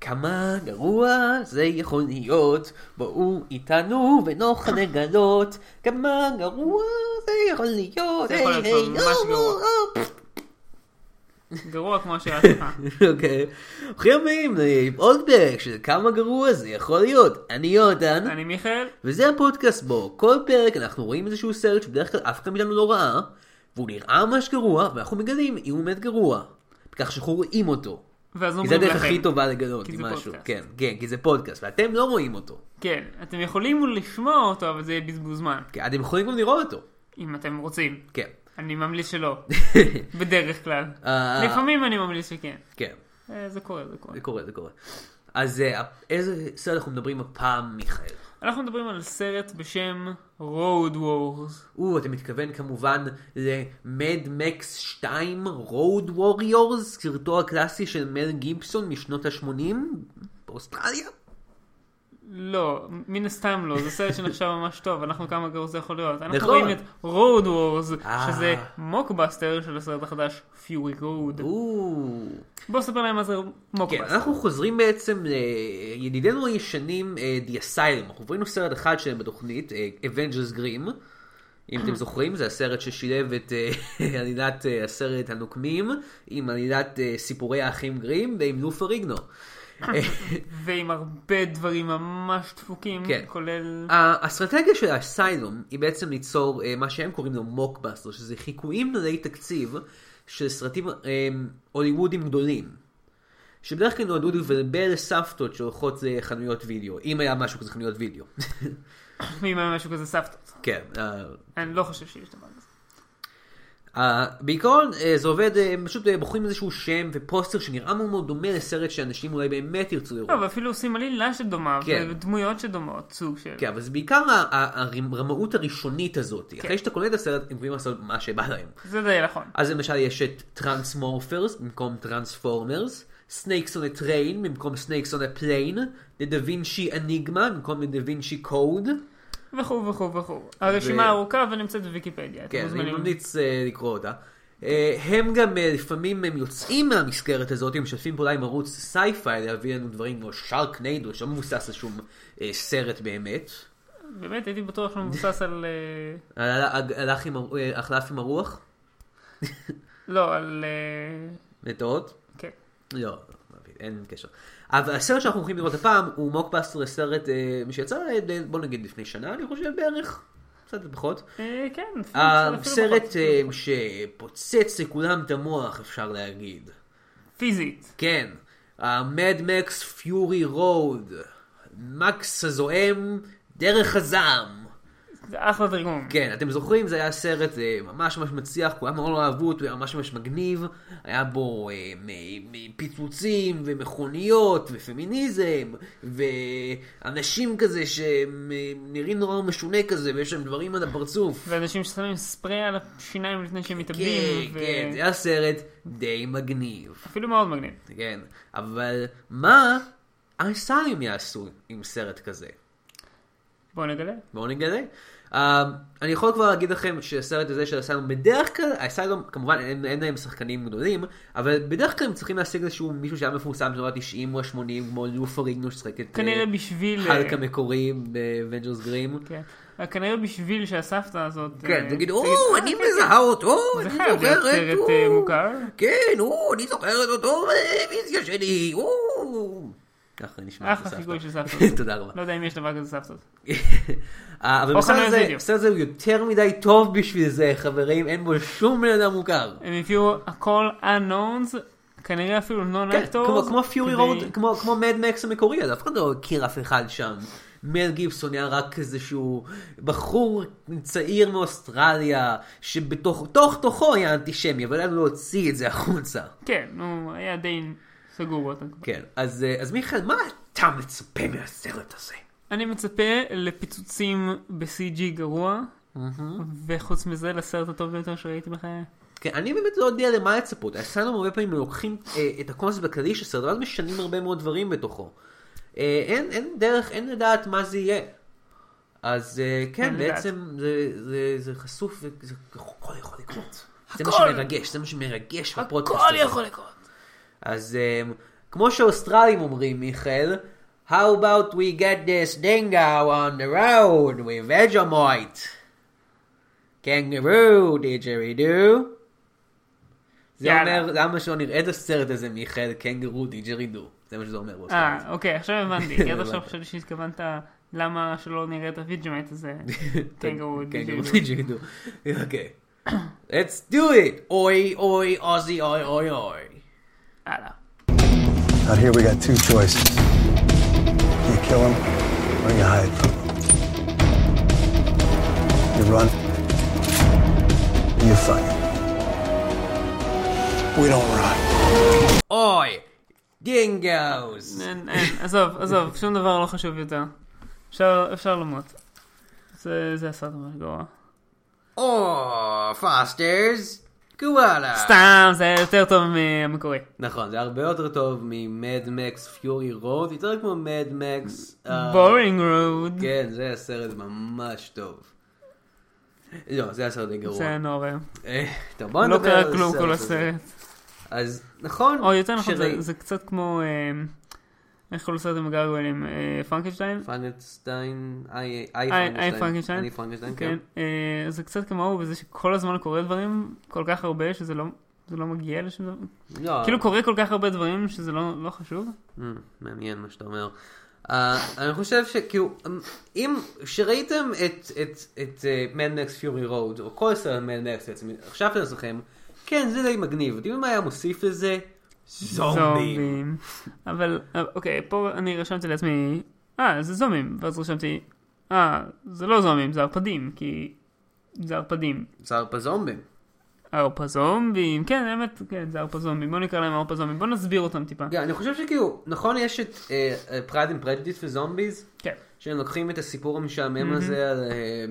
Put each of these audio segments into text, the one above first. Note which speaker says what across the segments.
Speaker 1: כמה גרוע זה יכול להיות, בואו איתנו ונוכל לגלות, כמה גרוע זה יכול להיות,
Speaker 2: זה יכול
Speaker 1: היי,
Speaker 2: להיות
Speaker 1: היי,
Speaker 2: ממש
Speaker 1: או,
Speaker 2: גרוע.
Speaker 1: או, או.
Speaker 2: גרוע כמו השאלה שלך.
Speaker 1: אוקיי, הכי ימים, אולדבק, של כמה גרוע זה יכול להיות, אני יודן,
Speaker 2: אני מיכאל,
Speaker 1: וזה הפודקאסט בו, כל פרק אנחנו רואים איזשהו סרט שבדרך כלל אף אחד מאיתנו לא ראה, והוא נראה ממש גרוע, ואנחנו מגלים אם הוא באמת גרוע, בכך שאנחנו רואים אותו. כי
Speaker 2: ואז
Speaker 1: זה
Speaker 2: אומרים
Speaker 1: הדרך
Speaker 2: לכם.
Speaker 1: הכי טובה לגלות
Speaker 2: לא כי
Speaker 1: עם
Speaker 2: זה
Speaker 1: משהו.
Speaker 2: פודקאסט.
Speaker 1: כן, כן, כי זה פודקאסט, ואתם לא רואים אותו.
Speaker 2: כן, אתם יכולים לשמוע אותו, אבל זה יהיה בזבוז זמן.
Speaker 1: כן, אתם יכולים גם לראות אותו.
Speaker 2: אם אתם רוצים.
Speaker 1: כן.
Speaker 2: אני ממליץ שלא, בדרך כלל.
Speaker 1: אה.
Speaker 2: לפעמים אני ממליץ שכן.
Speaker 1: כן,
Speaker 2: אה, זה קורה, זה קורה.
Speaker 1: זה קורה, זה קורה. אז אה, איזה סרט אנחנו מדברים הפעם, מיכאל?
Speaker 2: אנחנו מדברים על סרט בשם Road Wars.
Speaker 1: או, אתה מתכוון כמובן למד מקס 2 רוד ווריורס, סרטו הקלאסי של מל גיבסון משנות ה-80 באוסטרליה?
Speaker 2: לא, מן הסתם לא, זה סרט שנחשב ממש טוב, אנחנו כמה גרוע זה יכול להיות. אנחנו
Speaker 1: נכון.
Speaker 2: רואים את Road Wars,
Speaker 1: אה.
Speaker 2: שזה מוקבאסטר של הסרט החדש, Fury Road.
Speaker 1: או.
Speaker 2: בוא ספר להם מה זה
Speaker 1: כן,
Speaker 2: מוקבאסטר.
Speaker 1: אנחנו חוזרים בעצם לידידינו הישנים, אה, The Asylum. אנחנו ראינו סרט אחד שלהם בתוכנית, אה, Avengers Grim. אם אתם זוכרים, זה הסרט ששילב את אה, עלילת אה, הסרט הנוקמים עם עלילת אה, סיפורי האחים גרים ועם לופה ריגנו.
Speaker 2: ועם הרבה דברים ממש דפוקים,
Speaker 1: כן.
Speaker 2: כולל...
Speaker 1: האסטרטגיה של האסיילום היא בעצם ליצור אה, מה שהם קוראים לו מוקבאסטר, שזה חיקויים מלאי תקציב של סרטים אה, הוליוודים גדולים. שבדרך כלל נועדו לבלבל סבתות שהולכות לחנויות וידאו, אם היה משהו כזה חנויות וידאו.
Speaker 2: אם היה משהו כזה סבתות.
Speaker 1: כן, אה,
Speaker 2: אני לא חושב שיש דבר כזה.
Speaker 1: אה, בעיקרון אה, זה עובד, אה, הם פשוט אה, בוחרים איזשהו שם ופוסטר שנראה מאוד מאוד דומה לסרט שאנשים אולי באמת ירצו לראות.
Speaker 2: לא, ואפילו עושים עלילה שדומה,
Speaker 1: כן.
Speaker 2: ודמויות שדומות, סוג של...
Speaker 1: כן, אבל זה בעיקר ה- ה- הרמאות הראשונית הזאת. אחרי שאתה קונה את הסרט, הם יכולים לעשות מה שבא להם.
Speaker 2: זה די נכון.
Speaker 1: אז למשל יש את טרנסמורפרס במקום טרנספורמרס, סנייקס און הטריין במקום סנייקס און הפליין, דה וינצ'י אניגמה במקום דה וינצ'י קוד.
Speaker 2: וכו' וכו' וכו'. הרשימה ארוכה ונמצאת בוויקיפדיה. אתם
Speaker 1: כן, אני
Speaker 2: מוזמנים.
Speaker 1: ממליץ אה, לקרוא אותה. אה, הם גם אה, לפעמים הם יוצאים מהמסגרת הזאת, הם משתפים פעולה עם ערוץ סייפיי להביא לנו דברים כמו שרקניידו, שלא מבוסס על שום אה, סרט באמת.
Speaker 2: באמת, הייתי בטוח שהוא מבוסס על... אה,
Speaker 1: על- על- הלך עם הר- אה, החלף עם הרוח?
Speaker 2: לא, על... אה,
Speaker 1: לטעות?
Speaker 2: כן.
Speaker 1: לא, אין קשר. אבל הסרט שאנחנו הולכים לראות הפעם הוא מוקבאסטר סרט אה, שיצא, אה, בוא נגיד לפני שנה, אני חושב בערך, קצת פחות.
Speaker 2: אה, כן, אפילו- אפילו
Speaker 1: הסרט
Speaker 2: פחות.
Speaker 1: אה, שפוצץ לכולם את המוח, אפשר להגיד.
Speaker 2: פיזית.
Speaker 1: כן, המדמקס פיורי רוד, מקס הזועם, דרך הזעם.
Speaker 2: זה אחלה תרגום.
Speaker 1: כן, אתם זוכרים, זה היה סרט אה, ממש ממש מצליח, כולם מאוד אהבו אותו, הוא היה ממש ממש מגניב, היה בו אה, מ- מ- פיצוצים ומכוניות ופמיניזם, ואנשים כזה שהם אה, נראים נורא משונה כזה, ויש להם דברים על הפרצוף.
Speaker 2: ואנשים ששמים ספרי על השיניים לפני שהם מתאבדים.
Speaker 1: כן,
Speaker 2: ו-
Speaker 1: כן, זה היה סרט די מגניב,
Speaker 2: אפילו מאוד מגניב.
Speaker 1: כן, אבל מה הסיים יעשו עם סרט כזה?
Speaker 2: בואו נגלה.
Speaker 1: בואו נגלה. Uh, אני יכול כבר להגיד לכם שהסרט הזה של הסיילום, בדרך כלל, הסיילום כמובן אין, אין להם שחקנים גדולים, אבל בדרך כלל הם צריכים להשיג איזשהו מישהו שהיה מפורסם בשנות ה-90 או ה-80, כמו לופה ריגנו ששחק את
Speaker 2: כנראה בשביל... אה,
Speaker 1: חלק המקורי ב-Avengers גרים.
Speaker 2: כן. כנראה בשביל שהסבתא הזאת...
Speaker 1: כן,
Speaker 2: אה,
Speaker 1: תגיד,
Speaker 2: תגיד,
Speaker 1: או,
Speaker 2: "אה,
Speaker 1: אני
Speaker 2: כן,
Speaker 1: מזהה אותו,
Speaker 2: זה
Speaker 1: אני
Speaker 2: חייב להיות
Speaker 1: זוכרת,
Speaker 2: סרט אה,
Speaker 1: או,
Speaker 2: מוכר.
Speaker 1: כן, או, אני זוכרת אותו, ויזיה שלי, או. ככה נשמע
Speaker 2: אחלה
Speaker 1: את הסבתא.
Speaker 2: חיקוי של סבתא.
Speaker 1: תודה רבה.
Speaker 2: לא יודע אם יש דבר כזה סבתות.
Speaker 1: אה, אבל
Speaker 2: או
Speaker 1: בסדר
Speaker 2: חנויות
Speaker 1: זה,
Speaker 2: וידאו.
Speaker 1: בסדר זה הוא יותר מדי טוב בשביל זה, חברים, אין בו שום בן אדם מוכר.
Speaker 2: הם הביאו הכל unknowns, כנראה אפילו non
Speaker 1: כן,
Speaker 2: actors.
Speaker 1: כמו, כמו פיורי רוד, כמו, כמו מדמקס המקורי, אז אף אחד לא הכיר אף אחד שם. מל גיבסון היה רק איזשהו בחור צעיר מאוסטרליה, שבתוך תוך תוכו היה אנטישמי, אבל היה לו להוציא את זה החוצה.
Speaker 2: כן, נו, היה די סגור באותה תקופה.
Speaker 1: כן, אז, אה, אז מיכאל, מה אתה מצפה מהסרט הזה?
Speaker 2: אני מצפה לפיצוצים ב-CG גרוע, וחוץ מזה לסרט הטוב ביותר שראיתי בחיי.
Speaker 1: כן, אני באמת לא יודע למה לצפות. הסאונד הרבה פעמים לוקחים אה, את הקונספט הכללי של סרט, ואז משנים הרבה מאוד דברים בתוכו. אה, אין, אין דרך, אין לדעת מה זה יהיה. אז אה, כן,
Speaker 2: אין לדעת.
Speaker 1: בעצם זה, זה, זה חשוף, וזה הכל יכול לקרות. זה מה
Speaker 2: הכל.
Speaker 1: שמרגש, זה מה שמרגש בפודקאסט
Speaker 2: הכל
Speaker 1: הזה.
Speaker 2: יכול לקרות.
Speaker 1: אז אה, כמו שאוסטרלים אומרים, מיכאל, How about we get this dingo on the road with Vegemite? Kangaroo, didgeridoo. זה
Speaker 2: יאללה.
Speaker 1: אומר, למה שלא נראה את הסרט הזה, מיכאל, קנגרו דיג'רידו. זה מה שזה אומר באוסטרלית.
Speaker 2: אה, אוקיי, עכשיו הבנתי. כי עד עכשיו
Speaker 1: הבנתי.
Speaker 2: חשבתי שהתכוונת למה שלא נראה את הוויג'מט הזה. קנגורו
Speaker 1: קנגרו
Speaker 2: דיג'רידו.
Speaker 1: דיג'רידו. אוקיי. Let's do it! אוי, אוי, אוזי, אוי, אוי, אוי.
Speaker 2: הלאה.
Speaker 3: Out here, we got two choices. You kill him, or you hide from him. You run, or you fight. We don't run.
Speaker 1: אוי! דינגוס!
Speaker 2: אין, אין, עזוב, עזוב, שום דבר לא חשוב יותר. אפשר- אפשר למות. זה זה הסרט ממש גרוע.
Speaker 1: או, פאסטרס! קוואלה!
Speaker 2: סתם, זה היה יותר טוב מהמקורי.
Speaker 1: נכון, זה הרבה יותר טוב ממדמקס פיורי רוד, יותר כמו מדמקס...
Speaker 2: בורינג רוד.
Speaker 1: אה, כן, זה הסרט ממש טוב. לא, זה הסרט די גרוע.
Speaker 2: זה היה נורא.
Speaker 1: אה, טוב, בוא
Speaker 2: כן. לא
Speaker 1: נדבר על
Speaker 2: קרה כלום
Speaker 1: הסרט
Speaker 2: כל
Speaker 1: הזה.
Speaker 2: הסרט.
Speaker 1: אז נכון,
Speaker 2: או יותר נכון,
Speaker 1: שראי-
Speaker 2: זה- זה קצת כמו... אה, איך קוראים לסרט עם הגרגולים? פרנקנשטיין?
Speaker 1: פרנקנשטיין, איי איי
Speaker 2: איי
Speaker 1: פרנקנשטיין,
Speaker 2: פרנקנשטיין.
Speaker 1: אני פרנקנשטיין, כן.
Speaker 2: כן. אה, זה קצת כמוהו בזה שכל הזמן קורה דברים כל כך הרבה שזה לא... זה לא מגיע לשום דבר.
Speaker 1: לא,
Speaker 2: כאילו קורה כל כך הרבה דברים שזה לא, לא חשוב.
Speaker 1: אמ, מעניין מה שאתה אומר. אה, אני חושב שכאילו, אמ, אם, שראיתם את- את- את אה, מנדקס פיורי רוד, או כל סרט מנדקס בעצם, חשבתם לעצמכם, כן, זה די מגניב, אתם יודעים מה היה מוסיף לזה? זומבים.
Speaker 2: אבל אה, אוקיי, פה אני רשמתי לעצמי, אה, זה זומבים. ואז רשמתי, אה, זה לא זומבים, זה ערפדים, כי זה ערפדים.
Speaker 1: צער בזומבים.
Speaker 2: ערפזומבים, כן, האמת, כן, זה ערפזומבים. בוא נקרא להם ערפזומבים, בוא נסביר אותם טיפה.
Speaker 1: כן, אני חושב שכאילו, נכון יש את אה, פרייד אנד פרדיס וזומביז,
Speaker 2: כן.
Speaker 1: שהם לוקחים את הסיפור המשעמם הזה על אה,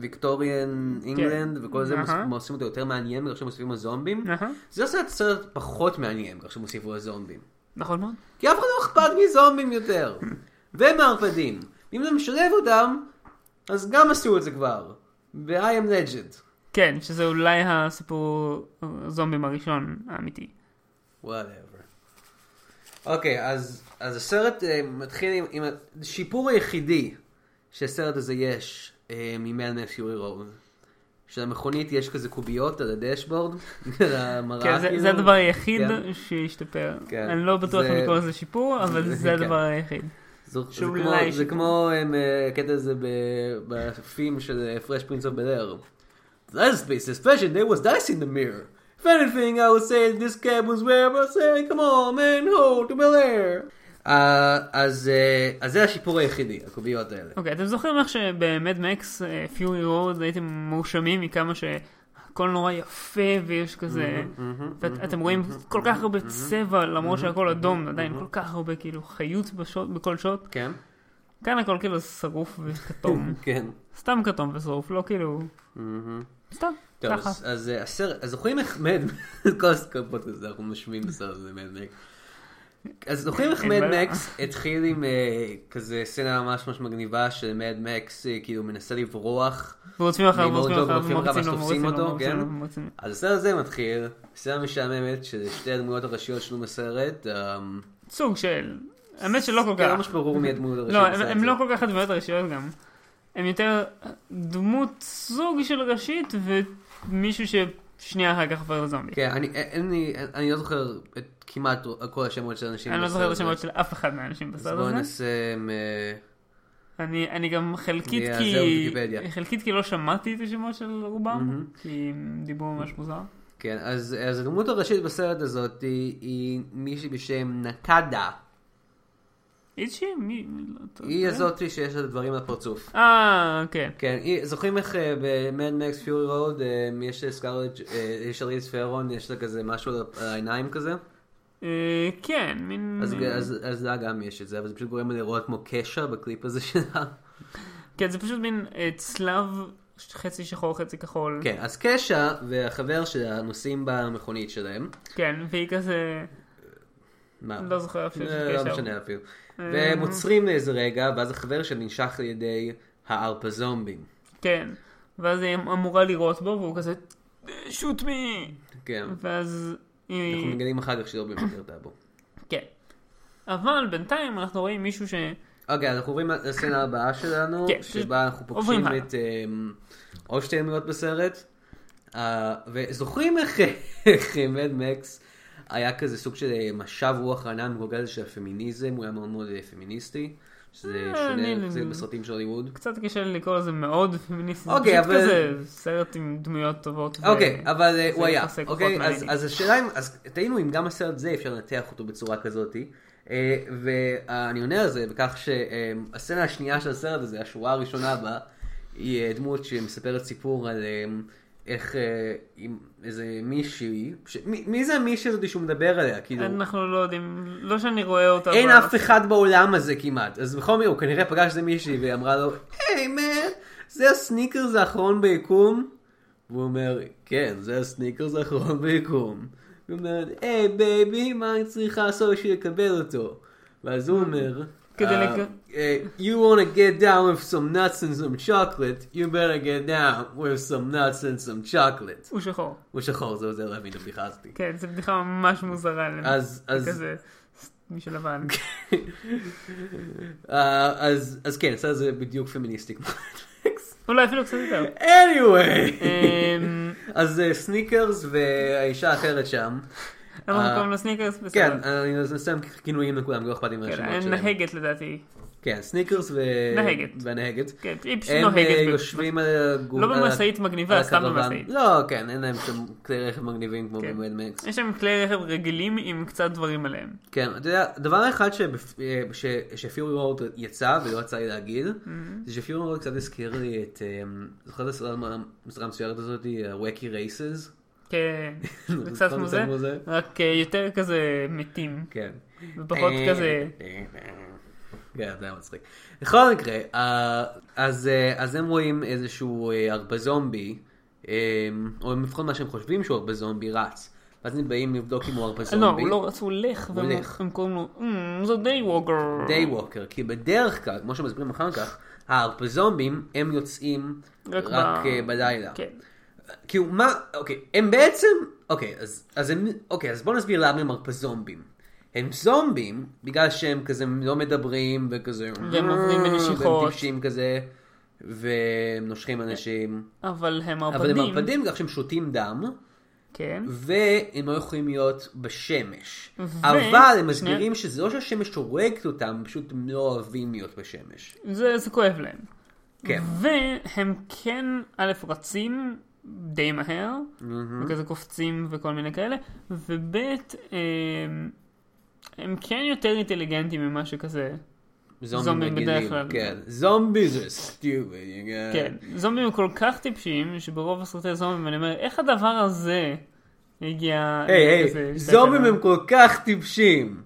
Speaker 1: ויקטוריאן אינגלנד וכל זה,
Speaker 2: אהה.
Speaker 1: מוס- עושים אותו יותר מעניין בגלל שמוסיפים לו זומבים.
Speaker 2: אהה.
Speaker 1: זה עושה את הסרט פחות מעניין בגלל שמוסיפו לו זומבים.
Speaker 2: נכון מאוד.
Speaker 1: כי אף אחד לא אכפת מזומבים יותר. ומערפדים. אם אתה משלב אותם, אז גם עשו את זה כבר. ב-I am legend.
Speaker 2: כן, שזה אולי הסיפור הזומבים הראשון האמיתי.
Speaker 1: וואטאבר. אוקיי, אז, אז הסרט אה, מתחיל עם, עם השיפור היחידי שהסרט הזה יש אה, ממנדס יורי רוד. שלמכונית יש כזה קוביות על הדשבורד, על המראה
Speaker 2: כן, זה,
Speaker 1: כאילו.
Speaker 2: זה הדבר היחיד
Speaker 1: כן.
Speaker 2: שהשתפר.
Speaker 1: כן.
Speaker 2: אני לא בטוח
Speaker 1: זה-
Speaker 2: אם לקרוא לזה שיפור, אבל זה
Speaker 1: כן.
Speaker 2: הדבר היחיד.
Speaker 1: זה, זה
Speaker 2: שהוא
Speaker 1: כמו,
Speaker 2: אולי
Speaker 1: זה
Speaker 2: שיפור.
Speaker 1: כמו הם, אה, הקטע הזה ב- בפים של אה, פרש פרינס אוף בלאר. Last space suspension, there was dice in the mirror. If anything, I would say this cab was where I say, come on, man, hold to Bel-Air. אה, אז אה, אז זה השיפור היחידי, הקוביות האלה.
Speaker 2: אוקיי, אתם זוכרים איך שבמד מקס, פיורי רוד, אה, הייתם מואשמים מכמה שהכל נורא יפה ויש כזה... ואת- אתם רואים כל כך הרבה צבע, למרות שהכל אדום, עדיין כל כך הרבה כאילו חיות בשוט- בכל שוט.
Speaker 1: כן?
Speaker 2: כאן הכל כאילו שרוף וכתום.
Speaker 1: כן. Mm-hmm.
Speaker 2: סתם כתום ושרוף, לא כאילו... סתם,
Speaker 1: טוב,
Speaker 2: ככה.
Speaker 1: אז- אז אה, הסרט, אז זוכרים איך מד, כל כל פודקאסט אנחנו משמיעים בסרט הזה מד מקס. אז זוכרים איך
Speaker 2: אין
Speaker 1: מד
Speaker 2: בעיה.
Speaker 1: מקס התחיל עם אה, כזה סצנה ממש ממש מגניבה של מד מקס אה, כאילו מנסה לברוח.
Speaker 2: ורודפים אחריו,
Speaker 1: ממורדוק,
Speaker 2: ורודפים אחריו,
Speaker 1: רודפים אחריו,
Speaker 2: ומרצים
Speaker 1: ואז
Speaker 2: לו,
Speaker 1: תופסים
Speaker 2: מרצים לא לו,
Speaker 1: אותו,
Speaker 2: מרצים לו,
Speaker 1: כן?
Speaker 2: מרצים לו.
Speaker 1: אז הסרט הזה מתחיל, סצנה משעממת של שתי הדמויות הראשיות שלנו בסרט. אה,
Speaker 2: סוג של... האמת שלא כל
Speaker 1: זה לא
Speaker 2: כך.
Speaker 1: ממש ברור מי הדמות
Speaker 2: לא,
Speaker 1: הראשית
Speaker 2: הם-
Speaker 1: בסרט
Speaker 2: הם
Speaker 1: הזה.
Speaker 2: לא כל כך הדמויות הראשיות גם. הם יותר דמות סוג של ראשית ומישהו ששנייה אחר כך עובר לזומבי.
Speaker 1: כן, אני- אין לי, אני לא זוכר את כמעט כל השמות של האנשים
Speaker 2: אני לא
Speaker 1: בסרט
Speaker 2: זוכר את
Speaker 1: הזה.
Speaker 2: השמות של אף אחד מהאנשים
Speaker 1: אז
Speaker 2: בסרט
Speaker 1: בואו
Speaker 2: הזה.
Speaker 1: נעשה... אה,
Speaker 2: אני אני גם חלקית
Speaker 1: אני אעזר
Speaker 2: כי...
Speaker 1: בוויקיפדיה.
Speaker 2: חלקית כי לא שמעתי את השמות של רובם, כי הם דיברו ממש מוזר.
Speaker 1: כן, אז, אז הדמות הראשית בסרט הזאת היא, היא מישהי בשם נקדה.
Speaker 2: איזושהי? מי? מי- לא- אתה
Speaker 1: היא
Speaker 2: יודע?
Speaker 1: הזאתי שיש לה דברים על הפרצוף.
Speaker 2: אה, כן.
Speaker 1: כן, היא, זוכרים איך אה, ב-Mad Max Fury Road אה, יש סקארלט, יש אריס פרון, יש לה כזה משהו על העיניים כזה?
Speaker 2: אה, כן, מין...
Speaker 1: אז, אז, אז לה גם יש את זה, אבל זה פשוט גורם לה לראות כמו קשע בקליפ הזה שלה.
Speaker 2: כן, זה פשוט מין אה, צלב חצי שחור, חצי כחול.
Speaker 1: כן, אז קשע והחבר שלה נוסעים במכונית שלהם.
Speaker 2: כן, והיא כזה...
Speaker 1: מה?
Speaker 2: לא זוכר אפילו אה. שזה
Speaker 1: אה, לא
Speaker 2: קשר.
Speaker 1: משנה אפילו. והם עוצרים לאיזה רגע, ואז החבר שלה ננשך על ידי הארפה זומבים.
Speaker 2: כן. ואז היא אמורה לירות בו, והוא כזה... שוט מי!
Speaker 1: כן.
Speaker 2: ואז
Speaker 1: אנחנו
Speaker 2: היא... אה,
Speaker 1: מגלים אחר כך שלא באמת ירתה בו.
Speaker 2: כן, אבל בינתיים אנחנו רואים מישהו ש...
Speaker 1: אוקיי, אנחנו עוברים לסצנה הבאה שלנו,
Speaker 2: כן,
Speaker 1: שבה אנחנו
Speaker 2: עוברים
Speaker 1: פוגשים
Speaker 2: הלאה.
Speaker 1: את אמ, עוד שתי דמויות בסרט, אה, וזוכרים איך מדמקס היה כזה סוג של אה, משב רוח רענן, הוא כזה של הפמיניזם, הוא היה מאוד מאוד אה, פמיניסטי, שזה
Speaker 2: אה,
Speaker 1: שונה
Speaker 2: אני-
Speaker 1: זה בסרטים של הלימוד.
Speaker 2: קצת קשה לי לקרוא לזה מאוד פמיניסטי, זה
Speaker 1: אוקיי,
Speaker 2: פשוט
Speaker 1: אבל-
Speaker 2: כזה סרט עם דמויות טובות. ו-
Speaker 1: אוקיי, אבל אה,
Speaker 2: זה
Speaker 1: הוא היה,
Speaker 2: יחסי כוחות
Speaker 1: אוקיי, אז-
Speaker 2: מעניינים.
Speaker 1: אז השאלה אם, אז תהינו אם גם הסרט זה אפשר לנתח אותו בצורה כזאת, אה, ואני עונה על זה בכך שהסצנה השנייה של הסרט הזה, השורה הראשונה בה, היא אה, דמות שמספרת סיפור על אה, איך אה, עם איזה מישהי, ש- מי מי זה המישהי הזאת שהוא מדבר עליה, כאילו,
Speaker 2: אנחנו לא יודעים, לא שאני רואה אותה.
Speaker 1: אין
Speaker 2: אבל-
Speaker 1: אף אחד בעולם הזה כמעט, אז בכל מקרה הוא כנראה פגש איזה מישהי ואמרה לו, היי מן, זה הסניקרס האחרון ביקום? והוא אומר, כן, זה הסניקרס האחרון ביקום. היא אומרת, היי בייבי, מה אני צריכה לעשות בשביל לקבל אותו? ואז הוא אומר,
Speaker 2: כדי
Speaker 1: "אה,
Speaker 2: לק-
Speaker 1: אה, You want to get down with some nuts and some chocolate, you better get down with some nuts and some chocolate.
Speaker 2: הוא שחור.
Speaker 1: הוא שחור, זה עוזר להבין לא את הבדיחה הזאת.
Speaker 2: כן, זו בדיחה ממש מוזרה. לי.
Speaker 1: אז,
Speaker 2: זה
Speaker 1: אז,
Speaker 2: כזה, מישהו לבן.
Speaker 1: אה, אז, אז כן, הסרט הזה בדיוק פמיניסטי כמו נטפליקס.
Speaker 2: אולי אפילו קצת יותר.
Speaker 1: anyway!
Speaker 2: אמ,
Speaker 1: אז אה, סניקרס והאישה האחרת שם.
Speaker 2: אנחנו
Speaker 1: אה,
Speaker 2: קוראים לו סניקרס, בסדר.
Speaker 1: כן, אני מסיים כינויים לכולם, לא אכפת לי
Speaker 2: כן,
Speaker 1: מהשמות שלהם.
Speaker 2: נהגת לדעתי.
Speaker 1: כן, סניקרס ו-
Speaker 2: נהגת.
Speaker 1: והנהגת.
Speaker 2: כן, היא פשוט
Speaker 1: הם
Speaker 2: נוהגת.
Speaker 1: אה,
Speaker 2: ב-
Speaker 1: יושבים על הגור...
Speaker 2: לא במשאית מגניבה, סתם במשאית.
Speaker 1: לא, כן, אין להם שם כלי רכב מגניבים כמו
Speaker 2: כן.
Speaker 1: במדמקס.
Speaker 2: יש שם כלי רכב רגילים עם קצת דברים עליהם.
Speaker 1: כן, אתה יודע, דבר אחד שבפ- אה, ש- שפיורי רוד יצא ולא יצא לי להגיד,
Speaker 2: Mm-hmm.
Speaker 1: זה שפיורי רוד קצת הזכיר לי את, אה, זוכר את הסדרה הסדרה המצוירת הזאת, ווקי רייסס?
Speaker 2: כן, זה קצת כמו זה, רק אה, יותר כזה מתים.
Speaker 1: כן.
Speaker 2: ופחות כזה...
Speaker 1: אה, כן, זה היה מצחיק. בכל מקרה, אה, אז אה, אז הם רואים איזשהו אה, הרבה זומבי, אה, או לפחות מה שהם חושבים שהוא הרבה זומבי רץ, ואז הם באים לבדוק אם הוא הרבה זומבי.
Speaker 2: לא, הוא לא רץ, הוא הולך, והם-
Speaker 1: הולך.
Speaker 2: הם קוראים לו, "אמ, זה די ווקר.
Speaker 1: דיי ווקר, כי בדרך כלל, כמו שמסבירים אחר כך, ההרפזומבים הם יוצאים רק,
Speaker 2: רק ב-
Speaker 1: אה, בלילה.
Speaker 2: כן.
Speaker 1: כאילו מה, אוקיי, הם בעצם, אוקיי, אז, אז הם, אוקיי, אז בואו נסביר למה הם הרפזומבים. הם זומבים, בגלל שהם כזה לא מדברים וכזה,
Speaker 2: והם עוברים בנשיכות.
Speaker 1: והם טיפשים כזה, והם נושכים אנשים,
Speaker 2: אבל הם
Speaker 1: אבל הם
Speaker 2: ערפדים.
Speaker 1: מרפדים כך שהם שותים דם.
Speaker 2: כן.
Speaker 1: והם לא יכולים להיות בשמש.
Speaker 2: ו-
Speaker 1: אבל הם מסבירים שזה לא שהשמש הורגת אותם, הם פשוט הם לא אוהבים להיות בשמש.
Speaker 2: זה זה כואב להם.
Speaker 1: כן.
Speaker 2: והם כן, א', רצים די מהר, וכזה קופצים וכל מיני כאלה, וב', הם- הם כן יותר אינטליגנטים ממה שכזה.
Speaker 1: זומבים
Speaker 2: זומבים
Speaker 1: רגילים,
Speaker 2: בדרך כלל.
Speaker 1: כן. זומבי זה סטיובד,
Speaker 2: כן,
Speaker 1: אה,
Speaker 2: זומבים הם כל כך טיפשים, שברוב הסרטי זומבים אני אומר, איך הדבר הזה הגיע...
Speaker 1: היי,
Speaker 2: לזה?"
Speaker 1: היי, זומבים הם כל כך טיפשים.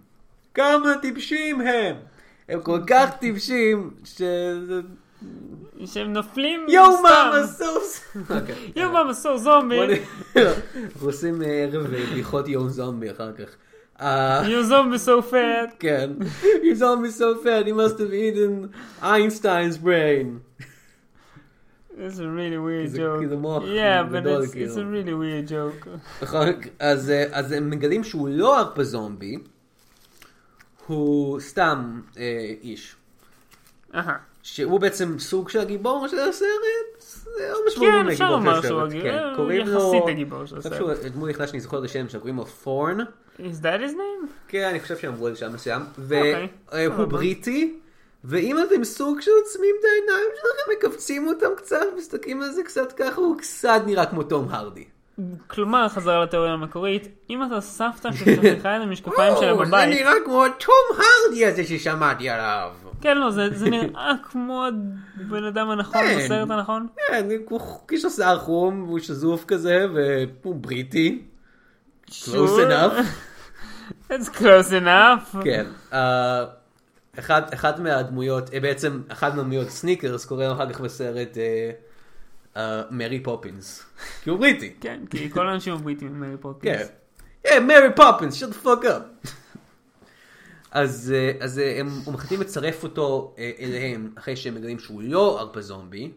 Speaker 1: כמה טיפשים הם. הם כל כך טיפשים, ש...
Speaker 2: שהם נופלים
Speaker 1: יואו,
Speaker 2: סתם.
Speaker 1: מאמה סוס.
Speaker 2: יואו מאמה סו זומבי,
Speaker 1: אוקיי. בוא נ- אנחנו עושים ערב אה, בדיחות יום זומבי אחר כך. אה,
Speaker 2: יואו זומבי סו פאט.
Speaker 1: כן. You saw me so fat, you אה, must have eaten Einstein's brain.
Speaker 2: It's a really weird
Speaker 1: כי זה-
Speaker 2: joke.
Speaker 1: כי זה מוח
Speaker 2: Yeah, but
Speaker 1: גדול,
Speaker 2: it's, it's a
Speaker 1: כאילו.
Speaker 2: really weird joke.
Speaker 1: נכון? אז, אה, אז הם מגלים שהוא לא הרפה זומבי, הוא סתם אה, איש.
Speaker 2: אהה.
Speaker 1: שהוא בעצם סוג של הגיבור של הסרט, זה לא משמעותי
Speaker 2: כן, אפשר
Speaker 1: מהגיבור של
Speaker 2: לומר
Speaker 1: הסרט.
Speaker 2: שהוא הגיבור,
Speaker 1: כן, קוראים לו...
Speaker 2: יחסית הגיבור של
Speaker 1: אני חושב
Speaker 2: הסרט.
Speaker 1: שהוא הדמות היחידה שאני זוכר את השם שלו, קוראים לו פורן.
Speaker 2: Is that his name?
Speaker 1: כן, אני חושב שהם אמרו את זה שם מסוים.
Speaker 2: אוקיי.
Speaker 1: והוא
Speaker 2: סבבה.
Speaker 1: בריטי, ואם אתם סוג של עוצמים את העיניים שלכם, מכווצים אותם קצת, מסתכלים על זה קצת ככה, הוא קצת נראה כמו תום הרדי.
Speaker 2: כלומר, חזרה לתיאוריה המקורית, אם אתה סבתא שצריכה את המשקפיים שלה
Speaker 1: או, זה
Speaker 2: בבית,
Speaker 1: נראה כמו תום הרדי הזה ששמעתי עליו.
Speaker 2: כן, לא, זה זה נראה כמו הבן אדם הנכון
Speaker 1: כן.
Speaker 2: בסרט הנכון.
Speaker 1: כן, הוא איש השיער חום, הוא שזוף כזה, והוא בריטי. Close
Speaker 2: Sure.
Speaker 1: enough.
Speaker 2: That's close enough.
Speaker 1: כן. אה, אחת אחת מהדמויות, אה, בעצם אחת מהדמויות סניקרס, קוראים אחר כך בסרט אה, אה, מרי פופינס. כי הוא בריטי.
Speaker 2: כן, כי כל האנשים הבריטים הם מרי פופינס.
Speaker 1: כן. היי, מרי פופינס, shut the fuck up. אז, אה, אז אה, הם הם מחליטים לצרף אותו אה, אליהם אחרי שהם מגלים שהוא לא ארפה זומבי,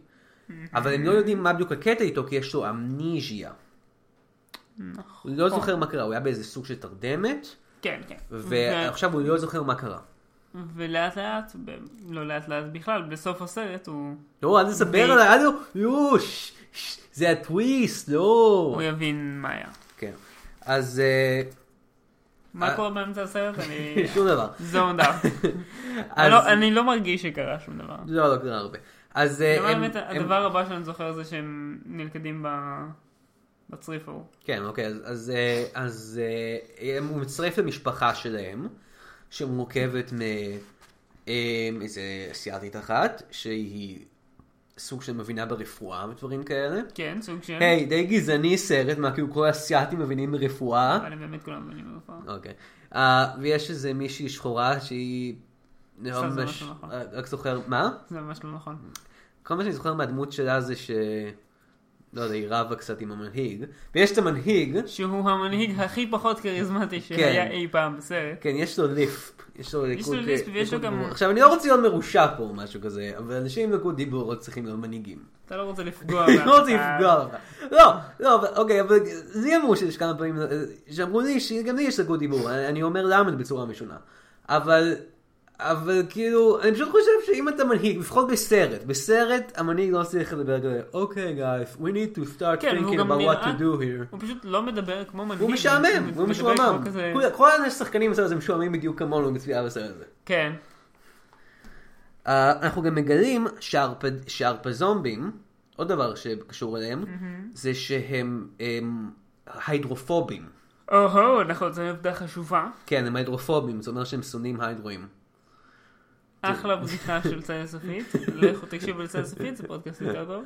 Speaker 1: אבל הם לא יודעים מה בדיוק הקטע איתו כי יש לו אמניזיה. הוא לא זוכר מה קרה, הוא היה באיזה סוג של תרדמת,
Speaker 2: כן, כן.
Speaker 1: ועכשיו הוא לא זוכר מה קרה.
Speaker 2: ולאט לאט, ב- לא לאט לאט בכלל, בסוף הסרט הוא,
Speaker 1: לא, אל תספר עליי, אל ת- לא, ש- ש- זה הטוויסט, לא.
Speaker 2: הוא יבין מה היה.
Speaker 1: כן. אז אה,
Speaker 2: מה
Speaker 1: אה.
Speaker 2: קורה באמצע הסרט? אני...
Speaker 1: שום דבר.
Speaker 2: זונד אאוט.
Speaker 1: אז-
Speaker 2: לא, אה, אני לא מרגיש שקרה שום דבר.
Speaker 1: לא, לא קרה הרבה. אז אה,
Speaker 2: הדבר
Speaker 1: הם-
Speaker 2: באמת,
Speaker 1: הם-
Speaker 2: לא הדבר הבא שאני זוכר זה שהם נלכדים ב- בצריף ההוא.
Speaker 1: כן, אוקיי, אז, אז, אה, אז אה, הם- הוא מצטרף למשפחה שלהם, שמורכבת מאיזה אסיאתית אחת, שהיא סוג של מבינה ברפואה ודברים כאלה.
Speaker 2: כן, סוג של...
Speaker 1: היי, די גזעני סרט, מה כאילו כל האסיאתים מבינים ברפואה.
Speaker 2: אבל הם באמת כולם בנים במופע.
Speaker 1: אוקיי. אה, ויש איזה מישהי שחורה שהיא... לא
Speaker 2: סתם, זה
Speaker 1: ממש-
Speaker 2: משהו נכון.
Speaker 1: אה, רק זוכר, מה?
Speaker 2: זה ממש לא נכון.
Speaker 1: כל מה שאני זוכר מהדמות שלה זה ש... לא יודע, היא רבה קצת עם המנהיג. ויש את המנהיג,
Speaker 2: שהוא המנהיג הכי פחות כריזמטי
Speaker 1: כן.
Speaker 2: שהיה אי פעם בסרט.
Speaker 1: כן, יש לו ליפ. יש לו
Speaker 2: יש לו
Speaker 1: ליקוד-
Speaker 2: ליספ ויש לו
Speaker 1: ליקוד
Speaker 2: גם-
Speaker 1: דיבור. עכשיו, אני לא רוצה להיות מרושע פה או משהו כזה, אבל אנשים עם לקוד דיבור לא צריכים להיות מנהיגים.
Speaker 2: אתה לא רוצה לפגוע.
Speaker 1: אני
Speaker 2: באף
Speaker 1: לא רוצה
Speaker 2: אחד.
Speaker 1: לפגוע בך. לא, לא, אבל- אוקיי, אבל לי אמרו שיש כמה פעמים, אה, שאמרו לי שגם לי יש לקות דיבור, אני אני אומר למה בצורה משונה. אבל, אבל כאילו, אני פשוט חושב שאם אתה מנהיג, לפחות בסרט, בסרט המנהיג לא צריך לדבר כזה, אוקיי, guys, we need to start
Speaker 2: כן, והוא
Speaker 1: thinking
Speaker 2: גם
Speaker 1: about what
Speaker 2: נראה-
Speaker 1: to do here.
Speaker 2: הוא פשוט לא מדבר כמו מנהיג.
Speaker 1: הוא משעמם, הוא
Speaker 2: מדבר
Speaker 1: משועמם.
Speaker 2: כמו כזה-
Speaker 1: כולם- כל השחקנים בסרט הזה משועממים בדיוק כמונו בצפייה בסרט הזה.
Speaker 2: כן.
Speaker 1: אה, אנחנו גם מגלים שהארפ- שהארפזומבים, עוד דבר שקשור אליהם, זה שהם הם היידרופובים.
Speaker 2: או-הו, נכון, זו עובדה חשובה.
Speaker 1: כן, הם היידרופובים, זה אומר שהם שונאים היידרואים. כן.
Speaker 2: אחלה בדיחה של צד סופית. לכו תקשיבו לצד סופית, זה פודקאסט יותר טוב.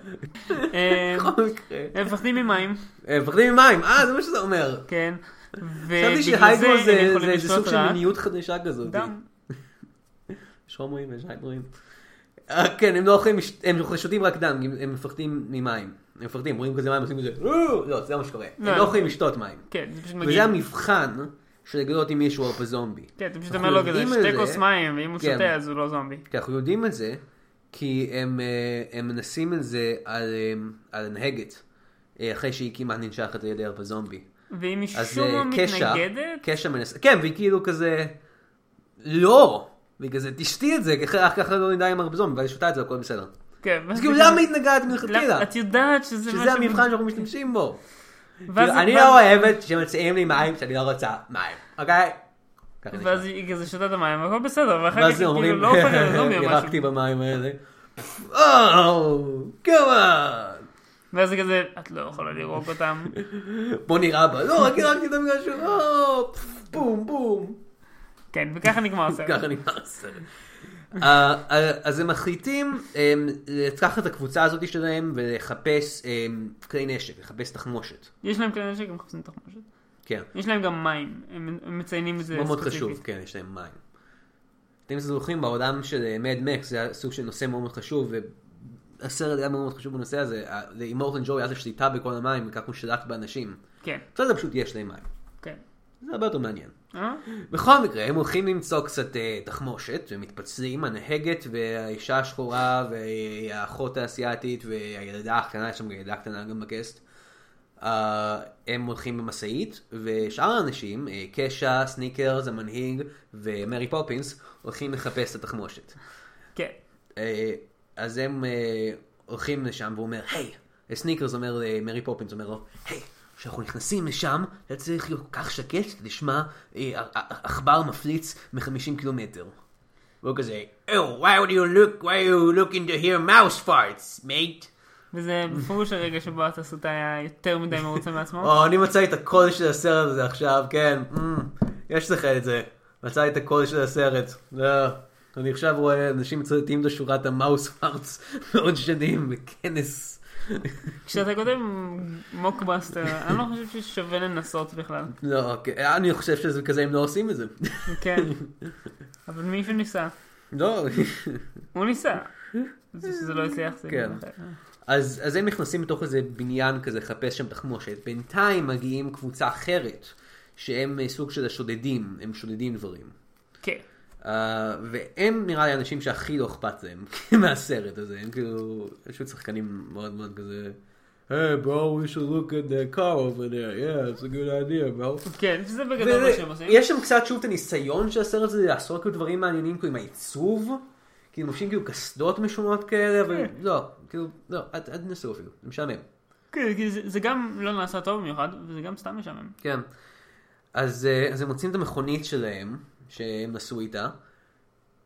Speaker 2: אה,
Speaker 1: בכל מקרה.
Speaker 2: הם מפחדים ממים,
Speaker 1: אה, מפחדים ממים, אה, זה מה שזה אומר.
Speaker 2: כן.
Speaker 1: חשבתי
Speaker 2: ובגלל זה
Speaker 1: שהיידרו זה-
Speaker 2: הם
Speaker 1: זה
Speaker 2: יכולים
Speaker 1: איזה סוג
Speaker 2: לשתות
Speaker 1: של
Speaker 2: רק
Speaker 1: מיניות חדשה כזאת.
Speaker 2: דם.
Speaker 1: יש הומואים ויש היידרואים. אה, כן, הם לא אוכלים, מש- הם שותים רק דם, הם- הם מפחדים ממים. הם מפחדים, רואים כזה מים, עושים כזה, "אה!" לא, זה לא מה שקורה. הם
Speaker 2: לא.
Speaker 1: לא יכולים לשתות מים.
Speaker 2: כן, זה פשוט
Speaker 1: וזה
Speaker 2: מגיע.
Speaker 1: המבחן של לגלות אם מישהו הרפא זומבי.
Speaker 2: כן, אתה פשוט
Speaker 1: אנחנו
Speaker 2: אומר לו כזה,
Speaker 1: יודעים את
Speaker 2: שתי
Speaker 1: זה,
Speaker 2: כוס מים, ואם הוא
Speaker 1: כן.
Speaker 2: שותה אז הוא לא זומבי.
Speaker 1: כי אנחנו יודעים את זה, כי הם, אה, הם מנסים את זה על, אה, על הנהגת, אה, אחרי שהיא כמעט ננשכת על ידי הרפא זומבי.
Speaker 2: ואם
Speaker 1: אז
Speaker 2: משום
Speaker 1: אה,
Speaker 2: מה
Speaker 1: קשה,
Speaker 2: מתנגדת,
Speaker 1: קשה מנס... כן, והיא כאילו כזה, לא, והיא כזה, תשתי את זה, כי אחר- ככה לא נדע אם הרפא זומבי, ואז היא שותה את זה, הכל בסדר.
Speaker 2: כן.
Speaker 1: אז כאילו, למה התנגדת מלכתחילה?
Speaker 2: למה- את יודעת שזה משהו...
Speaker 1: שזה המבחן שאנחנו משתמשים בו.
Speaker 2: ואז
Speaker 1: כאילו, אני
Speaker 2: היא-
Speaker 1: לא אוהבת שמציעים לי מים שאני לא רוצה מים, אוקיי? ככה נשמע.
Speaker 2: ואז היא כזה שותה את המים, הכל בסדר, ואחר כך
Speaker 1: ואז
Speaker 2: היא כאילו
Speaker 1: אומרים,
Speaker 2: לא הופכת לזומבי או משהו.
Speaker 1: ירקתי במים האלה. אוו, כמובן.
Speaker 2: ואז היא כזה, את לא יכולה לירוק אותם.
Speaker 1: בוא נראה בה. לא, רק ירקתי את המגרש שלו. "אה, פף, בום, בום.
Speaker 2: כן, וככה נגמר הסרט.
Speaker 1: ככה נגמר הסרט. אה, אה, אז הם מחליטים אמ, לקחת את הקבוצה הזאת שלהם ולחפש אמ, כלי נשק, לחפש תחמושת.
Speaker 2: יש להם כלי נשק, הם מחפשים תחמושת.
Speaker 1: כן,
Speaker 2: יש להם גם מים, הם הם מציינים את זה
Speaker 1: מאוד מאוד
Speaker 2: ספציפית.
Speaker 1: חשוב, כן, יש להם מים. אתם זוכרים בעולם של מד מקס, זה היה סוג של נושא מאוד מאוד חשוב, והסרט היה מאוד מאוד חשוב בנושא הזה, לאימורטן ג'וי היה שליטה בכל המים, וכך הוא שלט באנשים.
Speaker 2: כן,
Speaker 1: בסדר, פשוט יש להם מים.
Speaker 2: כן.
Speaker 1: זה הרבה יותר מעניין.
Speaker 2: אה?
Speaker 1: בכל מקרה, הם הולכים למצוא קצת אה, תחמושת, ומתפצלים, הנהגת והאישה השחורה והאחות האסייתית והילדה הקטנה, יש שם ילדה קטנה גם בקסט. אה, הם הולכים במשאית, ושאר האנשים, אה, קשה, סניקרס, המנהיג ומרי פופינס, הולכים לחפש את התחמושת.
Speaker 2: כן.
Speaker 1: אה, אז הם אה, הולכים לשם והוא אומר, היי, אה, סניקרס אומר למרי פופינס, אומר לו, היי, כשאנחנו נכנסים לשם, אתה צריך להיות כל כך שקט, תשמע אה, ע- ע- עכבר מפליץ מ-50 קילומטר. והוא כזה, Oh, why would you look, why you looking to hear mouse farts, mate?
Speaker 2: וזה בפירוש הרגע שבו התסריטה היה יותר מדי מרוצה מעצמו.
Speaker 1: או, "Oh, אני מצא את הקול של הסרט הזה עכשיו, כן, mm, יש לך את זה. מצא את הקול של הסרט. לא. אני עכשיו רואה אנשים מצטטים את השורת המאוס פארטס מאוד שנים בכנס.
Speaker 2: כשאתה כותב מוקבאסטר, אני לא חושב ששווה לנסות בכלל.
Speaker 1: לא, אוקיי. אני חושב שזה כזה הם לא עושים את זה.
Speaker 2: כן. אבל מישהו ניסה.
Speaker 1: לא.
Speaker 2: הוא ניסה. זה שזה לא הצליח זה
Speaker 1: כן.
Speaker 2: עניין אחר.
Speaker 1: אז, אז הם נכנסים לתוך איזה בניין כזה לחפש שם תחמושת. בינתיים מגיעים קבוצה אחרת, שהם אה, סוג של השודדים, הם שודדים דברים.
Speaker 2: כן.
Speaker 1: Uh, והם נראה לי האנשים שהכי לא אכפת להם מהסרט הזה, הם כאילו, יש לי שחקנים מאוד מאוד כזה,
Speaker 4: Hey, bro, we should look at that car over there. Yeah, it's a good idea, bro.
Speaker 2: כן, שזה בגדול מה שהם עושים.
Speaker 1: יש שם קצת שוב את הניסיון של הסרט הזה לעשות כאילו דברים מעניינים כאילו עם העיצוב, כאילו מושים כאילו קסדות משונות כאלה, אבל
Speaker 2: כן.
Speaker 1: לא, כאילו, לא, אל אל תנסו אפילו, זה משעמם.
Speaker 2: כן, כי זה- זה גם לא נעשה טוב במיוחד, וזה גם סתם משעמם.
Speaker 1: כן. אז, אה, אז הם מוצאים את המכונית שלהם, שהם נסעו איתה,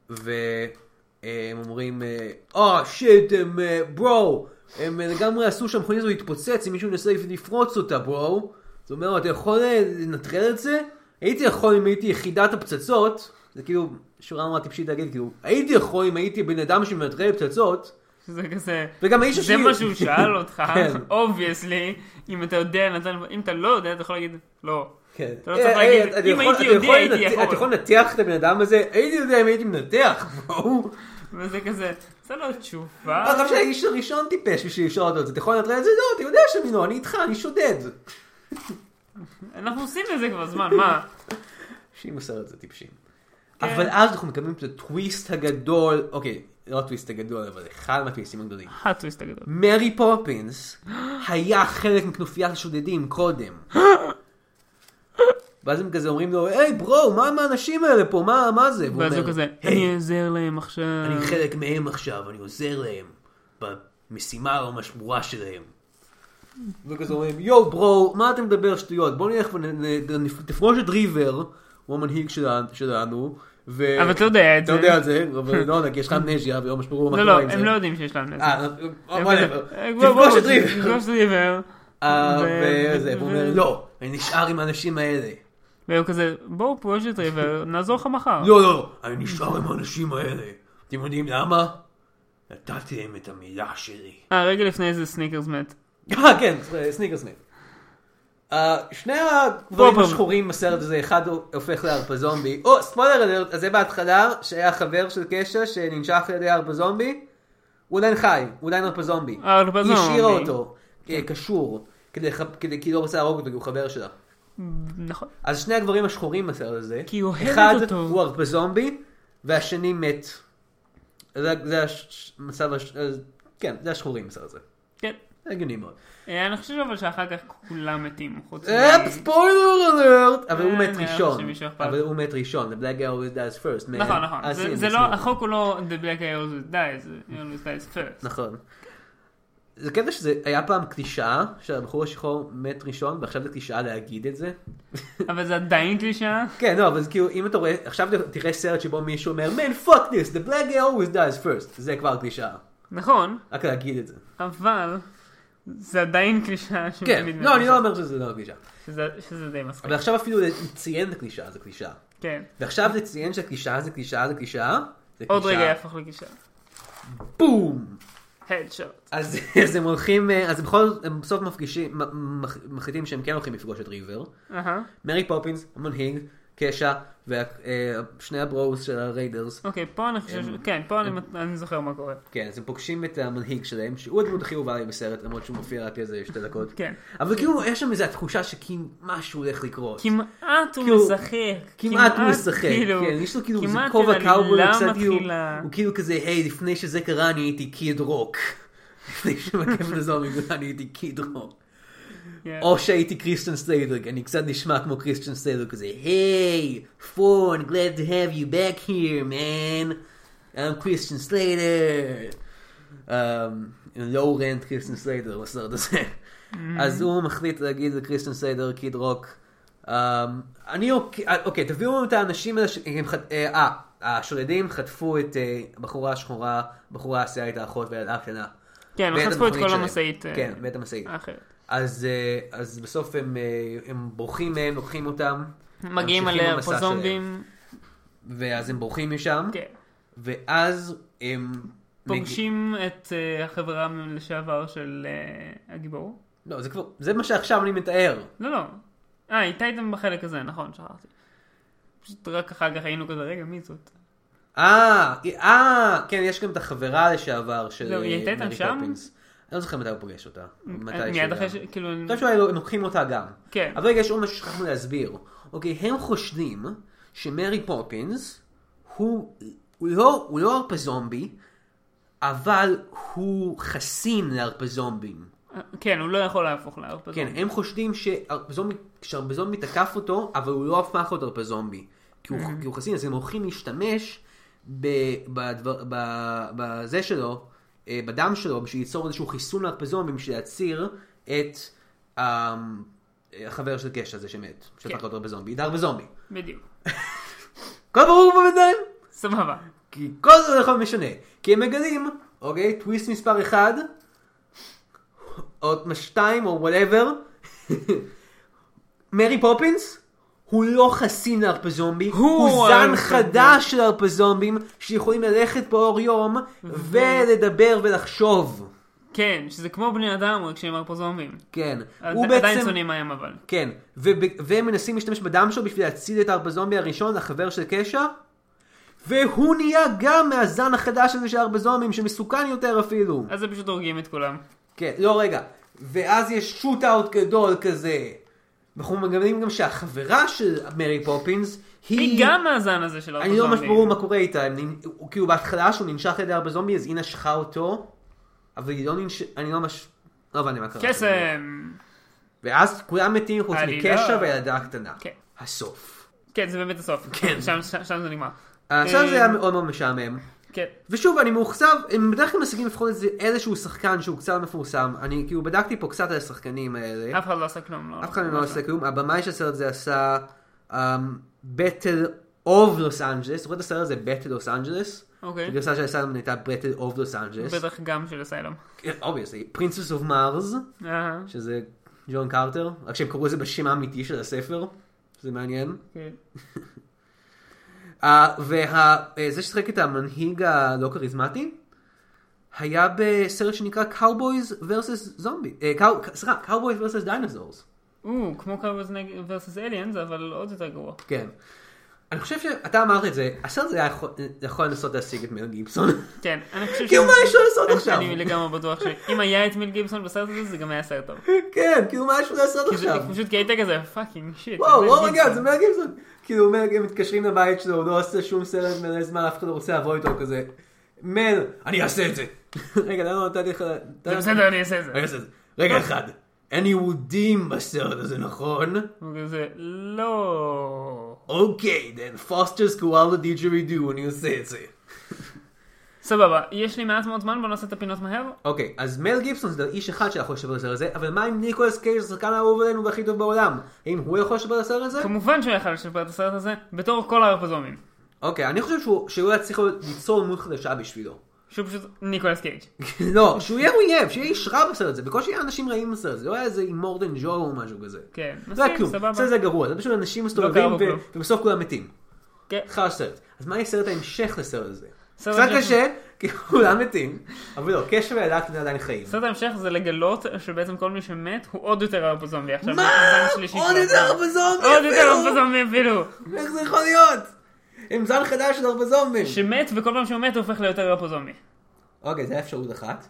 Speaker 1: והם אומרים, אה, אה, שיט, הם, אה, ברו, הם אה, לגמרי עשו שהמכונית הזו תתפוצץ אם מישהו ינסה לפרוץ אותה, ברו. זה אומר, אתה יכול אה, לנטרל את זה? הייתי יכול אם הייתי יחידת הפצצות, זה כאילו, שורה נורא טיפשית להגיד, כאילו, הייתי יכול אם הייתי בן אדם שמנטרל פצצות,
Speaker 2: שזה כזה...
Speaker 1: וגם האיש
Speaker 2: זה
Speaker 1: השני-
Speaker 2: מה שהוא שאל אותך,
Speaker 1: כן.
Speaker 2: אובייסלי, אם אתה יודע, נתן, אם אתה לא יודע, אתה יכול להגיד, לא.
Speaker 1: כן.
Speaker 2: אתה לא צריך
Speaker 1: אה,
Speaker 2: להגיד,
Speaker 1: אה, אתה
Speaker 2: אם
Speaker 1: יכול-
Speaker 2: הייתי
Speaker 1: אתה
Speaker 2: יודע,
Speaker 1: יכול
Speaker 2: הייתי
Speaker 1: לנתח-
Speaker 2: יכול.
Speaker 1: אתה יכול לנתח את הבן אדם הזה? הייתי יודע אם הייתי מנתח, בואו.
Speaker 2: וזה כזה, זה לא תשובה.
Speaker 1: אגב שהאיש הראשון טיפש בשביל לשאול אותו את זה, אתה יכול לנתח את זה? לא, אתה יודע שאני לא, אני איתך, אני שודד.
Speaker 2: אנחנו עושים את זה כבר זמן, מה?
Speaker 1: אנשים בסרט זה טיפשים.
Speaker 2: כן.
Speaker 1: אבל אז אנחנו מקבלים את הטוויסט הגדול, אוקיי, לא הטוויסט הגדול, אבל אחד מהטוויסטים הגדולים.
Speaker 2: הטוויסט הגדול.
Speaker 1: מרי פופינס היה חלק מכנופיית השודדים קודם. ואז הם כזה אומרים לו, היי ברו, מה עם האנשים האלה פה, מה מה זה? והוא
Speaker 2: ואז הוא
Speaker 1: אומר,
Speaker 2: כזה,
Speaker 1: "היי,
Speaker 2: אני אעזר להם עכשיו.
Speaker 1: אני חלק מהם עכשיו, אני עוזר להם במשימה המשמורה שלהם. וכזה אומרים, יואו ברו, מה אתה מדבר שטויות? בוא נלך ונפרוש את ריבר, הוא המנהיג שלה- שלנו, ו...
Speaker 2: אבל אתה יודע את
Speaker 1: אתה
Speaker 2: זה.
Speaker 1: יודע את זה, אבל לא יודע, כי יש לך אמנזיה, ולא משמעו מה
Speaker 2: לא,
Speaker 1: קורה עם
Speaker 2: לא,
Speaker 1: זה.
Speaker 2: הם לא יודעים שיש להם נזק.
Speaker 1: אה,
Speaker 2: הם
Speaker 1: whatever.
Speaker 2: כזה, "אה, בוא, בוא,
Speaker 1: תפגוש את ריבר.
Speaker 2: תפגוש את ריבר.
Speaker 1: אה,
Speaker 2: ו-
Speaker 1: וזה, והוא
Speaker 2: ו-
Speaker 1: אומר, לא, אני נשאר עם האנשים האלה.
Speaker 2: והוא כזה, בואו פגוש את ריבר, נעזור לך מחר.
Speaker 1: לא, לא, אני נשאר עם האנשים האלה. אתם יודעים למה? נתתי להם את המילה שלי.
Speaker 2: אה, רגע לפני זה סניקרס מת.
Speaker 1: אה, כן, סניקרס מת. אה, שני הגברים
Speaker 2: פופר.
Speaker 1: השחורים בסרט הזה, אחד הופך לארפה זומבי. או, ספוילר אלרט, אז זה בהתחלה, שהיה חבר של קשע שננשך על ידי ארפה זומבי. הוא עדיין חי, הוא עדיין ארפה זומבי.
Speaker 2: אה, ארפה
Speaker 1: היא השאירה
Speaker 2: זומבי. כן.
Speaker 1: אותו, אה, קשור, כדי לח- כדי- כי היא לא רוצה להרוג אותו, כי הוא חבר שלה.
Speaker 2: נכון.
Speaker 1: אז שני הגברים השחורים בסרט הזה,
Speaker 2: כי היא אוהבת
Speaker 1: אחד
Speaker 2: אותו.
Speaker 1: הוא ארפה זומבי, והשני מת. זה זה הש- המצב, הש- אז- כן, זה השחורים בסרט הזה.
Speaker 2: כן.
Speaker 1: זה הגיוני מאוד.
Speaker 2: אה, אני חושב אבל שאחר כך כולם מתים, חוץ מ...
Speaker 1: אפ, ספוילר אלרט! אה, אבל הוא
Speaker 2: אה,
Speaker 1: מת
Speaker 2: אני חושב
Speaker 1: ראשון.
Speaker 2: שמישהו אכפת.
Speaker 1: אבל הוא מת ראשון. The black guy always dies first. אה, man.
Speaker 2: נכון, נכון.
Speaker 1: I've
Speaker 2: זה-
Speaker 1: seen
Speaker 2: זה
Speaker 1: this
Speaker 2: לא,
Speaker 1: movie.
Speaker 2: החוק הוא לא The Black Guy always dies, he always dies first.
Speaker 1: נכון. זה קטע שזה היה פעם קלישאה, שהבחור השחור מת ראשון, ועכשיו זה קלישאה להגיד את זה. נכון.
Speaker 2: אבל זה עדיין קלישאה.
Speaker 1: כן, לא, אבל זה כאילו, אם אתה רואה, עכשיו תראה סרט שבו מישהו אומר, man, fuck this, the black guy always dies first. זה כבר קלישאה.
Speaker 2: נכון,
Speaker 1: רק להגיד את זה.
Speaker 2: אבל זה עדיין
Speaker 1: כן,
Speaker 2: קלישאה שתמיד
Speaker 1: לא, אני לא
Speaker 2: מתים.
Speaker 1: אומר שזה לא קלישאה.
Speaker 2: שזה- שזה די מצחיק.
Speaker 1: אבל עכשיו אפילו לציין את הקלישאה זה קלישאה.
Speaker 2: כן.
Speaker 1: ועכשיו לציין שהקלישאה זה קלישאה זה קלישאה, זה
Speaker 2: עוד רגע
Speaker 1: קלישאה.
Speaker 2: יהפוך לקלישאה.
Speaker 1: בום!
Speaker 2: הדשוט.
Speaker 1: אז, אז הם הולכים, אה, אז הם בכל זאת, הם בסוף מפגישים, מ- מח- מחליטים שהם כן הולכים לפגוש את ריבר.
Speaker 2: אהה.
Speaker 1: מרי פופינס, המנהיג, קשע, ושני הברוס של הריידרס.
Speaker 2: אוקיי, פה אני חושב, ש- כן, פה אני מת- אני זוכר מה קורה.
Speaker 1: כן, אז הם פוגשים את המנהיג שלהם, שהוא הדמות הכי אהובה לי בסרט, למרות שהוא מופיע רק איזה שתי דקות.
Speaker 2: כן.
Speaker 1: אבל כאילו, יש שם איזו התחושה שכאילו משהו הולך לקרות.
Speaker 2: כמעט הוא
Speaker 1: כאילו,
Speaker 2: משחק.
Speaker 1: כמעט הוא משחק,
Speaker 2: כאילו,
Speaker 1: כן, יש לו כאילו איזה
Speaker 2: כמעט
Speaker 1: כובע
Speaker 2: העלילה
Speaker 1: קאובוי, הוא קצת כאילו,
Speaker 2: מתחילה.
Speaker 1: הוא כאילו כזה, היי, לפני שזה קרה אני הייתי קיד רוק. לפני שמקפת הזו המגולה אני הייתי קיד רוק.
Speaker 2: כן.
Speaker 1: או שהייתי קריסטן סטיידרג, אני קצת נשמע כמו קריסטן סטיידרג כזה, היי, פורן, glad to have you back here, man. I'm Christian Slater. Um, לורנט קריסטן סליידר בסרט הזה.
Speaker 2: Mm.
Speaker 1: אז הוא מחליט להגיד לקריסטן סליידר, קיד רוק, um, אני אוקיי, אה, אוקיי, תביאו לנו את האנשים האלה, ש- הם חט- אה, אה, השודדים חטפו את אה, הבחורה השחורה, הבחורה האסיאית האחות והילדה הקטנה.
Speaker 2: כן, הם
Speaker 1: ואת
Speaker 2: חטפו את
Speaker 1: המכונית
Speaker 2: כל
Speaker 1: שלהם.
Speaker 2: המשאית, אה,
Speaker 1: כן, ואת המשאית.
Speaker 2: האחרת.
Speaker 1: אז, אה, אז בסוף הם, אה, הם בורחים מהם, לוקחים אותם.
Speaker 2: מגיעים
Speaker 1: ממשיכים
Speaker 2: עליה
Speaker 1: במסע
Speaker 2: פה
Speaker 1: שלהם.
Speaker 2: זומבים.
Speaker 1: ואז הם בורחים משם,
Speaker 2: כן.
Speaker 1: ואז הם...
Speaker 2: פוגשים את אה, החברה לשעבר של אה, הגיבור.
Speaker 1: לא, זה כבר... זה מה שעכשיו אני מתאר.
Speaker 2: לא, לא. אה, הייתה איתם בחלק הזה, נכון, שכחתי. פשוט רק אחר כך היינו כזה, רגע, מי זאת?
Speaker 1: אה, אה, כן, יש גם את החברה לשעבר של
Speaker 2: לא, היא
Speaker 1: אה,
Speaker 2: הייתה איתם
Speaker 1: מרי
Speaker 2: שם?
Speaker 1: פופינס. אני לא זוכר מתי הוא פוגש אותה. מתי
Speaker 2: מיד אחרי ש...
Speaker 1: אני
Speaker 2: כאילו...
Speaker 1: חושב שאולי לא- הם לוקחים אותה גם.
Speaker 2: כן.
Speaker 1: אבל רגע, יש עוד משהו ששכחנו להסביר. אוקיי, הם חושדים שמרי פופינס הוא הוא לא הוא לא הרפזומבי, אבל הוא חסין להרפזומבים.
Speaker 2: כן, הוא לא יכול להפוך להרפזון.
Speaker 1: כן, הם חושדים שהרפזומבי, כשהרפזומבי תקף אותו, אבל הוא לא הפך להיות הרפזומבי. כי הוא, כי הוא חסין, אז הם הולכים להשתמש ב, בדבר, ב, בזה שלו, אה, בדם שלו, בשביל ליצור איזשהו חיסון להרפזומבים, בשביל להציר את אה, החבר של קש הזה שמת, שהפך
Speaker 2: כן.
Speaker 1: להיות הרפזומבי, עידר וזומבי.
Speaker 2: בדיוק.
Speaker 1: הכל ברור פה בינתיים?
Speaker 2: סבבה.
Speaker 1: כי כל זה לא יכול משנה. כי הם מגלים, אוקיי, טוויסט מספר 1, או 2 או וואטאבר, מרי פופינס, הוא לא חסין להרפזומבי,
Speaker 2: הוא
Speaker 1: הוא, הוא זן
Speaker 2: ההרפזומבי.
Speaker 1: חדש של הרפזומבים, שיכולים ללכת באור יום,
Speaker 2: Mhm.
Speaker 1: ולדבר ולחשוב.
Speaker 2: כן, שזה כמו בני אדם, רק שהם הרפזומבים.
Speaker 1: כן. הוא
Speaker 2: עד- עדיין
Speaker 1: בעצם...
Speaker 2: שונאים מהם אבל.
Speaker 1: כן. וב- והם מנסים להשתמש בדם שלו בשביל להציל את הרפזומבי הראשון, החבר של קשע. והוא נהיה גם מהזן החדש הזה של הרפזומים, שמסוכן יותר אפילו.
Speaker 2: אז הם פשוט הורגים את כולם.
Speaker 1: כן, לא רגע. ואז יש שוט אאוט גדול כזה. אנחנו מגלים גם שהחברה של מרי פופינס היא...
Speaker 2: היא גם מהזן הזה של
Speaker 1: אני לא
Speaker 2: הרפזומבים.
Speaker 1: ממש ברור מה קורה איתה. הם נ- הוא- כאילו בהתחלה שהוא ננשך על ידי הרפזומבי אז היא נשכה אותו. אבל היא לא ננשכה... אני לא ממש... לא הבנתי מה קרה.
Speaker 2: קסם.
Speaker 1: ואז כולם מתים חוץ
Speaker 2: עלילה.
Speaker 1: מקשע והילדה הקטנה.
Speaker 2: כן.
Speaker 1: הסוף.
Speaker 2: כן, זה באמת הסוף.
Speaker 1: כן.
Speaker 2: שם, שם, שם זה נגמר.
Speaker 1: עכשיו
Speaker 2: אה.
Speaker 1: זה היה מאוד מאוד משעמם.
Speaker 2: כן.
Speaker 1: ושוב, אני מאוכזב, הם בדרך כלל משיגים לפחות איזה איזשהו שחקן שהוא קצת מפורסם. אני כאילו בדקתי פה קצת על השחקנים האלה.
Speaker 2: אף אחד לא עשה כלום. לא.
Speaker 1: אוקיי. אף אחד מהם לא עושה כלום. הבמאי של הסרט הזה עשה אמ, בטל אוף לוס אנג'לס. זוכר את הסרט הזה בטל לוס אנג'לס?
Speaker 2: אוקיי.
Speaker 1: הגרסה של הסרט הייתה בטל אוף לוס אנג'לס.
Speaker 2: בטח גם של אסיילום.
Speaker 1: כן, אובייסלי. פרינסס אוף מארז.
Speaker 2: אה,
Speaker 1: שזה ג'ון קרטר, רק שהם קראו לזה בשם האמיתי של הספר, שזה מעניין.
Speaker 2: כן.
Speaker 1: Uh, וזה ששיחק את המנהיג הלא כריזמטי, היה בסרט שנקרא Cowboys vs. זומבי, אה, קאו- סליחה, Cowboys vs. Dinosaurs,
Speaker 2: או, כמו קרבוז versus aliens, אבל עוד יותר גרוע.
Speaker 1: כן. אני חושב שאתה אמרת את זה, הסרט הזה היה יכול- אה, יכול לנסות להשיג את מיל גיבסון.
Speaker 2: כן, אני חושב ש...
Speaker 1: כאילו, מה יש לו לעשות
Speaker 2: אני-
Speaker 1: עכשיו?
Speaker 2: אני לגמרי בטוח שאם היה את מיל גיבסון בסרט הזה, זה גם היה סרט טוב.
Speaker 1: כן, כאילו מה יש לו לעשות
Speaker 2: כי זה
Speaker 1: עכשיו?
Speaker 2: פשוט כי היית כזה פאקינג שיט.
Speaker 1: וואו, oh אומייגאד, זה מיל גיבסון. כאילו, הוא אומר, הם מתקשרים לבית שלו, הוא לא עושה שום סרט מלא זמן, אף אחד לא רוצה לבוא איתו הוא כזה. מל, אני אעשה את זה. רגע, למה לא נתתי לך...
Speaker 2: זה בסדר, אני אעשה את זה.
Speaker 1: אני אעשה את זה.
Speaker 2: אה.
Speaker 1: רגע אחד, אין יהודים בסרט הזה, נכון?
Speaker 2: הוא כזה, לא...
Speaker 1: אוקיי, then foster school the teacher we do, אני עושה את זה.
Speaker 2: סבבה, יש לי מעט מאוד זמן, בוא נעשה את הפינות מהר.
Speaker 1: אוקיי, אז מל גיבסון זה איש אחד שיכול לשפר את הסרט הזה, אבל מה עם ניקולס קייג', השחקן האהוב עלינו והכי טוב בעולם? האם הוא יכול לשפר את הסרט הזה?
Speaker 2: כמובן שהוא יכל לשפר את הסרט הזה, בתור כל הרפזומים.
Speaker 1: אוקיי, אני חושב שהוא- שהוא היה צריך ליצור דמות חדשה בשבילו.
Speaker 2: שהוא פשוט ניקולס קייג'.
Speaker 1: לא, שהוא יהיה אויב, שיהיה איש רע בסרט הזה, בקושי היה אנשים רעים בסרט הזה, לא היה איזה מורדן ג'ו או משהו כזה.
Speaker 2: כן,
Speaker 1: זה לא היה
Speaker 2: מסכים,
Speaker 1: כלום,
Speaker 2: סבבה. לא
Speaker 1: בסרט זה גרוע, זה פשוט אנשים מסתובבים
Speaker 2: קרה בו
Speaker 1: ו-
Speaker 2: כלום.
Speaker 1: ובסוף כולם מתים.
Speaker 2: כן.
Speaker 1: חרא סרט. אז מה יהיה סרט ההמשך לסרט הזה?
Speaker 2: סרט
Speaker 1: קצת
Speaker 2: ההמשך-
Speaker 1: קשה, כי כולם מתים, אבל לא, קשר וילדה קטנה עדיין חיים.
Speaker 2: סרט ההמשך זה לגלות שבעצם כל מי שמת הוא עוד יותר הרבה זומבי עכשיו.
Speaker 1: מה?
Speaker 2: זה זן שלישי
Speaker 1: עוד
Speaker 2: כבר.
Speaker 1: יותר בזומבי
Speaker 2: עוד יותר הרבה
Speaker 1: אפילו!
Speaker 2: זומבי אפילו.
Speaker 1: איך זה יכול להיות? עם זן חדש של הרבה זומבים.
Speaker 2: שמת וכל פעם שהוא מת הוא הופך ליותר הרבה זומבי.
Speaker 1: אוקיי, זו אפשרות אחת.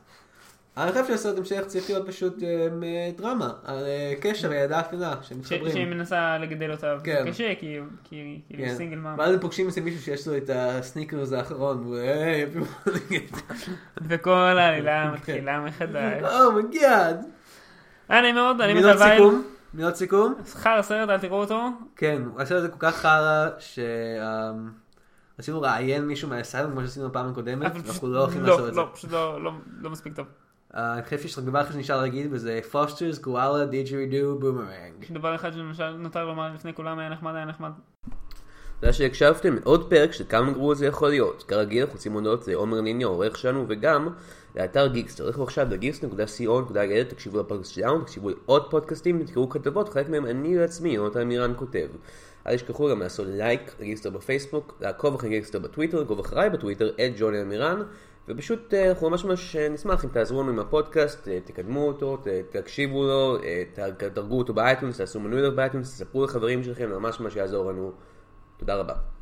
Speaker 1: אני חושב שהסרט המשך צריך להיות פשוט אמ, אה, דרמה, על אה, קשר וילדה קטנה,
Speaker 2: ש-
Speaker 1: שמתחברים.
Speaker 2: שהיא מנסה לגדל אותה
Speaker 1: כן.
Speaker 2: קשה כי הוא- כי היא כאילו
Speaker 1: כן.
Speaker 2: סינגל מאם.
Speaker 1: ואז הם פוגשים איזה מישהו שיש לו את הסניקרס האחרון, והוא אה, היי,
Speaker 2: וכל העלילה
Speaker 1: כן.
Speaker 2: מתחילה מחדש.
Speaker 1: אומייגאד.
Speaker 2: היה נעים מאוד, אוקיי. אני
Speaker 1: מילות
Speaker 2: מטלווייל.
Speaker 1: סיכום? מילות סיכום?
Speaker 2: שכר הסרט אל תראו אותו.
Speaker 1: כן, הסרט הזה כל כך חרא, שרצינו לראיין מישהו מהסרט כמו שעשינו בפעם הקודמת,
Speaker 2: אבל פשוט-
Speaker 1: ואנחנו לא הולכים לעשות
Speaker 2: לא,
Speaker 1: את זה.
Speaker 2: לא, פשוט לא- לא לא מספיק טוב.
Speaker 1: אה, אני חושב שיש רק דבר אחד שנשאר להגיד, וזה פוסטרס, גואלה, דיג'רידו, בומרנג.
Speaker 2: יש דבר אחד שלמשל נותר לומר לפני כולם היה נחמד היה נחמד.
Speaker 5: תודה שהקשבתם לעוד פרק של כמה גרוע זה יכול להיות. כרגיל אנחנו עושים הודעות לעומר ניני העורך שלנו וגם לאתר גיקסטר. לכו עכשיו לגיקסטר.co.il, תקשיבו לפודקאסט שלנו, תקשיבו לעוד פודקאסטים, תקראו כתבות, חלק מהם אני לעצמי, יונתן מירן כותב. אל תשכחו גם לעשות לייק לגיקסטר בפייסבוק, לעקוב אחרי גיקסטר בטוויטר, לעקוב אחריי בטוויטר, את ג'וני אמירן, ופשוט אה, אנחנו ממש ממש אה, נשמח אם תעזרו לנו עם הפודקאסט, אה, תקדמו אותו, ת- תקשיבו לו, אה, ת- תדרגו אותו באייטונס, תעשו מנוי לו באייטונס, תספרו לחברים שלכם, זה ממש ממש יעזור לנו. תודה רבה.